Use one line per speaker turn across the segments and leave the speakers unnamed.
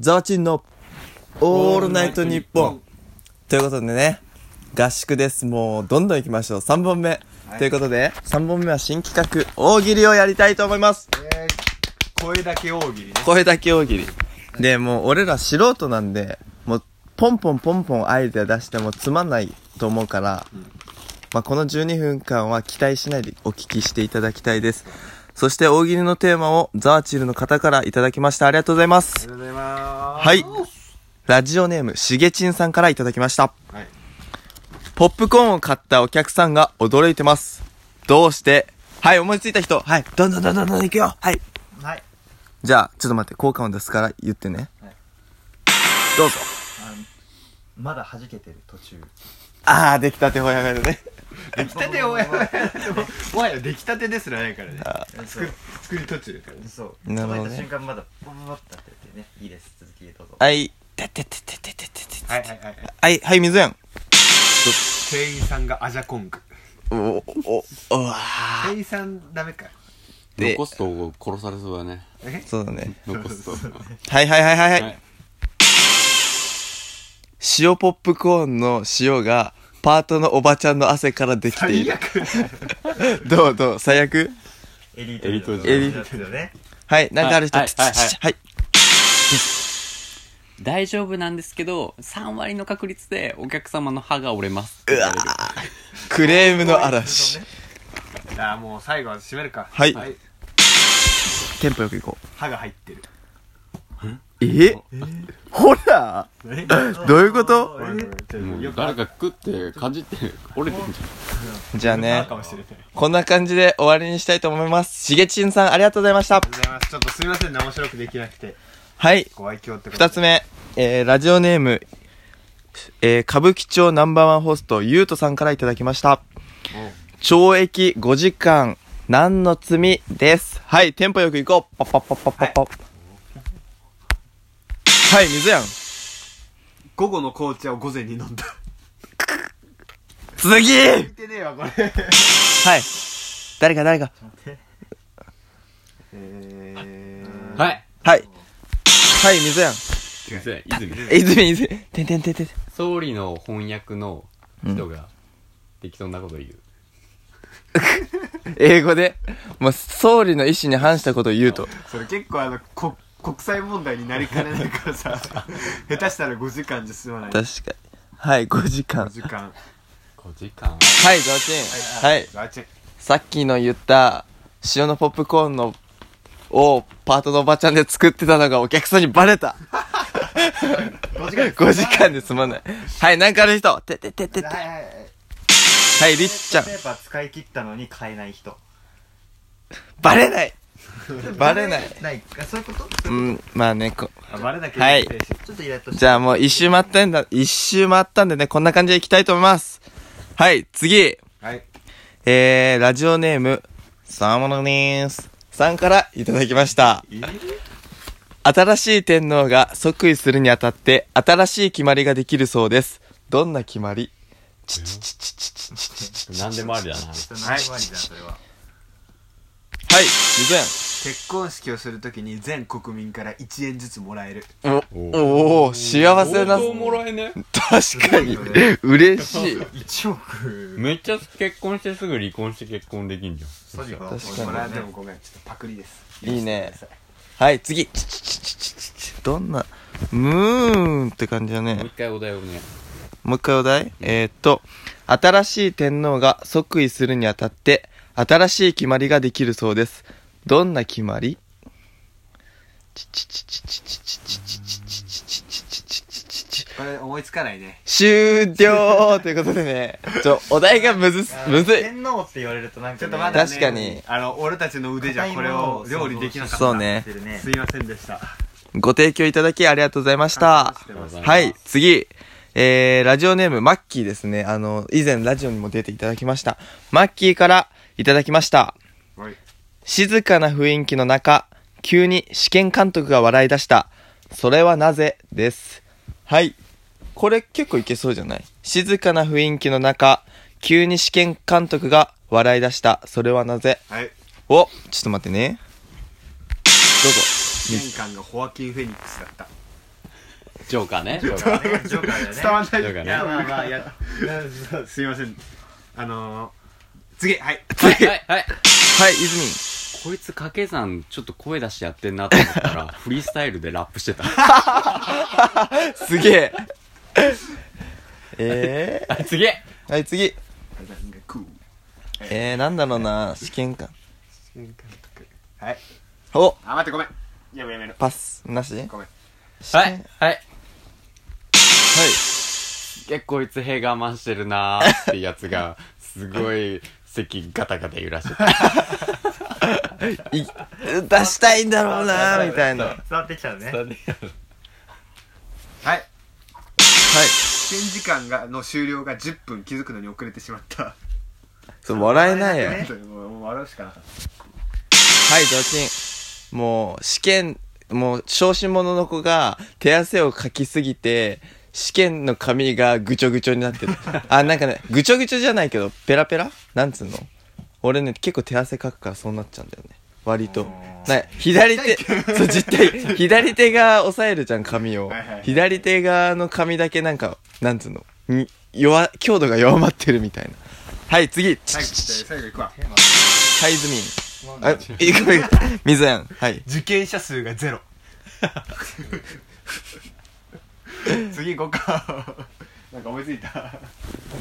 ザワチンのオールナイトニッポン。ということでね、合宿です。もう、どんどん行きましょう。3本目。
はい
ということで、3本目は新企画、大喜利をやりたいと思います。
えー声だけ大喜利ね。
声だけ大喜利。で、もう俺ら素人なんで、もう、ポンポンポンポンアイデア出してもつまんないと思うから、まあ、この12分間は期待しないでお聞きしていただきたいです。そして大喜利のテーマをザワチルの方からいただきました。ありがとうございま
あり
す。
がとうございます。
はいラジオネーム、しげちんさんからいただきました。
はい。
ポップコーンを買ったお客さんが驚いてます。どうしてはい、思いついた人。はい、どんどんどんどんどん行くよ。はい。
はい。
じゃあ、ちょっと待って、効果音出すから言ってね。
はい
どうぞ。
あのまだ弾けてる途中。
あー、出来たてほやほやだね。
出来たておやおや。もはや出来たてですらないからね。作作り途中ですからね。
そう。
なるほどね
届いた瞬間まだボボボッとなっててね。いいです。続きどうぞ。
はい。てってってってってってって。
はいはいはい。
はい、はい、水やん。
店員さんがアジャコング。
お、お、お、おわー。
店員さんダメか。
で
残すと殺されそうだね
え
そうだね。
残すと
はいはいはいはいは
はい
い。塩ポップコーンの塩が、パートのおばちゃんの汗からできてい
最
る。
悪。
どうどう最悪
エリー
エリート
ト
じ
ゃん
トじゃんね。
はい、なんかある人、
はい
ちちちちはい。
大丈夫なんですけど3割の確率でお客様の歯が折れます
うわクレームの嵐。
あーもう最後は締めるか。
はいテンポよくいこう。
歯が入ってる。
えほら どういうこと
え
もう
よくあ
誰
る
か食ってかじ って折れてんじ
じゃあね
か、もしれない。ありがと
こんな感じで終わりにしたいと思います。しげちんさん、ありがとうございました。
うございます。ちょっとすみませんね、面白くできなくて。
はい、
ご愛嬌ってことで。
二つ目、えー、ラジオネーム、えー、歌舞伎町ナンバーワンホスト、ゆうとさんからいただきました。懲役5時間、何の罪です。はい、テンポよくいこう。パッパッパッパッパッパッ。はい、水やん。
午後の紅茶を午前に飲んだ。
次
見てねえわ、これ。
はい。誰か誰か。
え
ゃんはい
はい。はい、水やん。
すいません泉
え、泉、泉。てんてんてんてん。
総理の翻訳の人が適当なこと言う
英語で、もう、総理の意思に反したことを言うと。
ー、それ結構あの、こ、国際問題になりかねないからさ、下手したら5時間じゃ済まない。5
確かに。はい、5時間。
時間。
5時間
はい、ザワチン。はい。
あちょ
さっきの言った、塩のポップコーンの、を、パートのおばちゃんで作ってたのがお客さんにバレた。
5時間です。
5時間ですまんない。はい、なんかある人。ててててて。
はいはいはい。
はい、りっちゃん
ペ。ーパー使い切ったのに買えない人。
バレない。バレない。
ない。あそういうこと
うん、まあね、こ、
あ、バレなき
は
ゃ
い
いけない精神
ちょっとイラッとして。
じゃあもう一周回ったんだ、一周回ったんでね、こんな感じでいきたいと思います。はい、次。
はい。
えー、ラジオネーム、サーモノニースさんからいただきました。新しい天皇が即位するにあたって、新しい決まりができるそうです。どんな決まりちちちちちちちちちち
何でもありだな
ちょっとないわりじゃん、それは。
はい、ゆず
結婚式をするときに全国民から1円ずつもらえる。
やん。お、おー、幸せな、
もらえね
確かに、嬉しい。
1億
めっちゃ結婚してすぐ離婚して結婚できんじゃん
そうじゃん。
確かに
もらえてもごめん。ちょっとパクリです。
いいね。はい、次。ちちちちちちちどんな、ムーンって感じだね。
もう一回お題をね
もう一回お題、えーっと、新しい天皇が即位するにあたって、新しい決まりができるそうです。どんな決まりちちちちちちちちちちちちちちちちちち
これ思いつかないね。
終了ということでね、ちょ、お題がむずす、むずい。
天皇って言われるとなんかね、
ちょっとまだ、ね、
確かに
あの、俺たちの腕じゃこれを料理できなかった。
そうね
してるね
すいませんでした。
ご提供いただきありがとうございました。
ます
はい、次。えー、ラジオネーム、マッキーですね。あの、以前ラジオにも出ていただきました。マッキーからいただきました。
はい。
静かな雰囲気の中、急に試験監督が笑い出した。それはなぜです。はい。これ結構いけそうじゃない静かな雰囲気の中、急に試験監督が笑い出した。それはなぜ
はい。
お、ちょっと待ってね。どうぞ。
玄関がホアキン・フェニックスだった。
ジョーカーねジョーカー
あれがジョーカーだよね
伝わんない
ジョーカー
い
ね
やまあまあいやそうすいませんあのー、次はい
はいはいはい
はい、泉。
こいつ掛け算ちょっと声出してやってんなと思ったらフリースタイルでラップしてた
すげえ。 え
はい次
ー、はい、次。
クー
えー、なんだろうな、試験官。
はい
お
あ待ってごめんやめやめろ
パス、なし
ごめん
試験
は
はい
は
い。
い結構こいつ兵我慢してるなーってやつがすごい席ガタガタ揺らしてた
い出したいんだろうなみたいな。はい。
伝わってきたね
はい試験時間がの終了が10分気づくのに遅れてしまった
そう、笑えないよ。 はい、
もうもう笑うしかなかっ
ドチン。もう、試験、もう、小心者の子が手汗をかきすぎて、試験の紙がぐちょぐちょになってる。あ、なんかね、ぐちょぐちょじゃないけど、ペラペラなんつうの俺ね、結構手汗かくからそうなっちゃうんだよね。割と。な左手、そう、実体、左手が押さえるじゃん、紙を
はいはいはい。
左手側の紙だけなんか、なんつうの、に弱、強度が弱まってるみたいな。はい、次。
たはいじゃあ最後いくわ
はい、ズミン。あ、いくいく。水やん。はい。
受験者数がゼロ次行こうか
なんか思いついた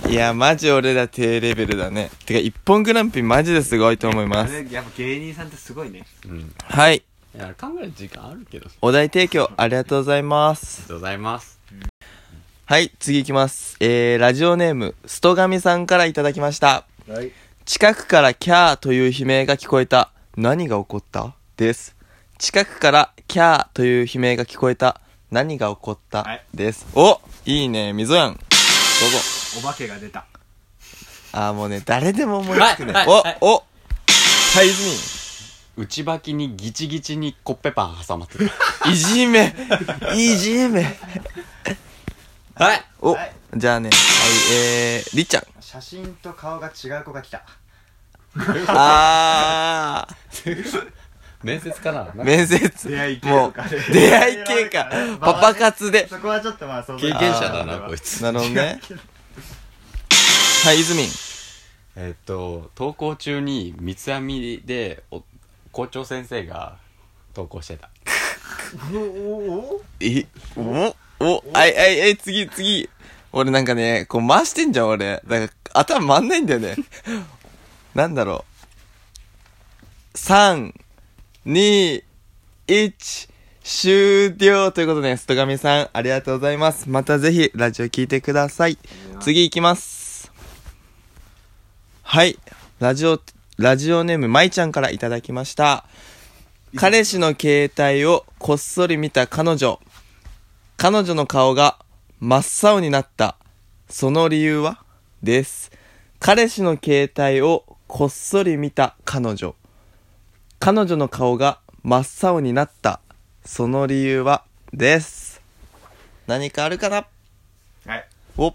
いや、マジ俺ら低レベルだね。てか、一本グランプリマジですごいと思い
あ
ます。
れやっぱ芸人さんってすごいね
うん
はい。
いや考える時間あるけどあり
お題提供ありがとうございます
が。とうございます
はい、次行きます。えー、ラジオネーム、ストガミさんからいただきました。
はい
近くからキャーという悲鳴が聞こえた。何が起こったです。近くからキャーという悲鳴が聞こえた。何が起こった、
はい
です。おいいね、みぞやん。どうぞ。
お化けが出た
あーもうね、誰でも思いつくね。
はいはい
お、おはい、泉。
内履きにギチギチにコッペパン挟まって
いじめ。いじめ。
たはい
お、
はい
じゃあね、はい、えー、りっちゃん。
写真と顔が違う子が来た
あ
面接かな
ー、面接。
出会い系
も
と
う
か、
出会い系 か。パパ活で。
そこはちょっとまあ想像
経験者だな
あー
こいつ
なるほどね。はい、泉。
えっと登校中に三つ編みでお校長先生が登校してた
え、お、お、あい、あい、あい、次、次。俺なんかね、こう回してんじゃん、俺。だから、頭回んないんだよね。 なんだろう。3、2、1、終了ということで、ストガミさん、ありがとうございます。またぜひ、ラジオ聞いてください。次行きます。はい。ラジオ、ラジオネーム、まいちゃんからいただきました。彼氏の携帯をこっそり見た彼女。彼女の顔が真っ青になった。その理由はです。彼氏の携帯をこっそり見た彼女。彼女の顔が真っ青になった。その理由はです。何かあるかな
はい
お。は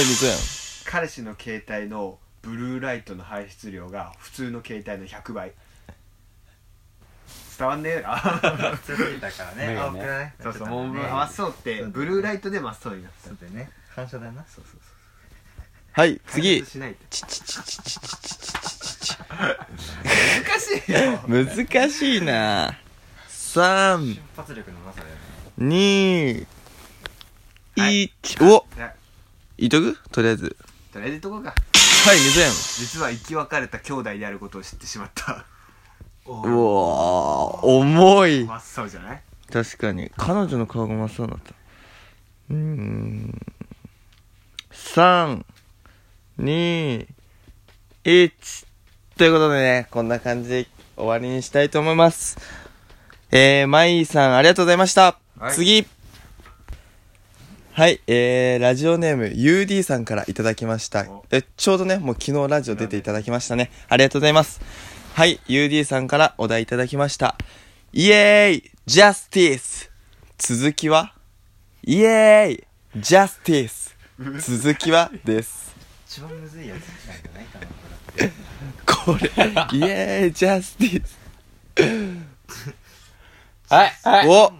い、水やん。
彼氏の携帯のブルーライトの排出量が普通の携帯の100倍伝わんねえな
普通にいたからね
目がね
青くない
そうそうもう
ね
真っ青ってブルーライトで真っ青になった
そうだよね反射だなそうそう
はい、次
解決。しないって
ちちちちちちちちちち。
難しいよ
難しいな。3、
瞬発力のなさだよね
2、
はい
1、お
じゃ
いっとくとりあえず。
あとりあえずいっとこうか
はい、水やん。
実は生き別れた兄弟であることを知ってしまった
うわー、重い。
真っ青じゃない
確かに。彼女の顔が真っ青になった。うーん。3、2、1。ということでね、こんな感じで終わりにしたいと思います。えー、マイさん、ありがとうございました。
はい
次。はい、えー、ラジオネーム UD さんからいただきました
お。
え、ちょうどね、もう昨日ラジオ出ていただきましたね。ありがとうございます。はい、UD さんからお題いただきました。イエーイジャスティス続きはイエーイジャスティス続きはです。
一番むずいやつなんじゃないかなこ
これ、イエーイジャスティス
はいはい
おは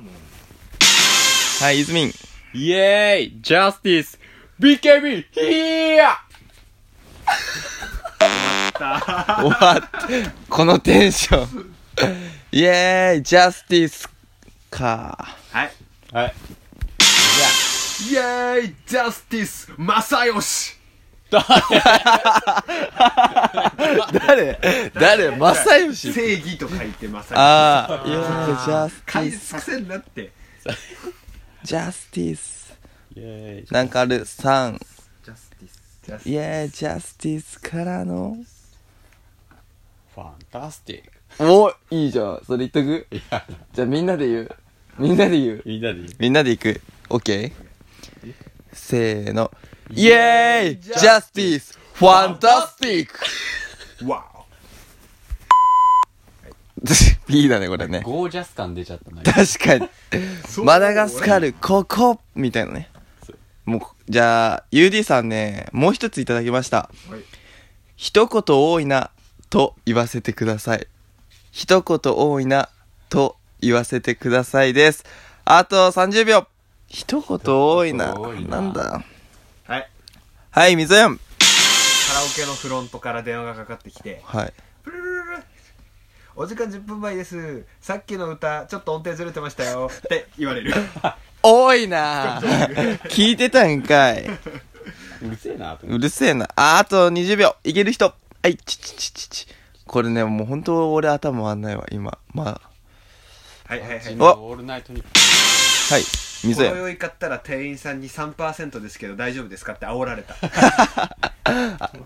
はい、イズミン。
イエーイジャスティス !BKB! ヒーヤ
終わっこのテンション。イエーイジャスティスか。
はい
はい。
イエーイジャスティス正義
誰誰正義
正義と書いて正義
ああ、イエーイジャステ
返
ィ
す
ス。
癖になって
ジャスティス。
イエーイ。
なんかある ?3。
ジャスティス
ジャス
イエーイジャスティスからの。
ファンタスティック。
おいいじゃん。それ言っとく
いや、
じゃあみんなで言う。みんなで言う。
みんなでいい
みんなで行く。オッケーせーの。イエーイジャスティスファンタスティック
わ
いいだね、これね。
ゴージャス感出ちゃったな。
確かに。
お
マダガスカル、ここみたいなね。もう、じゃあ、UD さんね、もう一ついただきました。
はい
一言多いな、と言わせてください。一言多いな、と言わせてくださいです。あと30秒。一言多いな。
一言多い
な
なん
だ。
はい
はい、みぞやん。
カラオケのフロントから電話がかかってきて
はい。
プルルルルお時間10分前ですさっきの歌ちょっと音程ずれてましたよって言われる
多いな聞いてたんかい。
うるせえなと思
う
って。
るせえな。あ、あと20秒。いける人。はい、ちちちちち。これね、もう本当俺頭回んないわ、今。まあ。
はいはいはい
お
オールナイトに。
はい、
こ
水
の
や。
酔い買ったら店員さんに3%ですけど大丈夫ですかって煽られた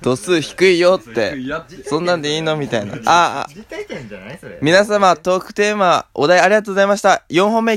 度数低いよって。
やって
そんなんでいいのみたいな。ああ、
実体験じゃないそれ
皆様、トークテーマ、お題ありがとうございました。4本目いき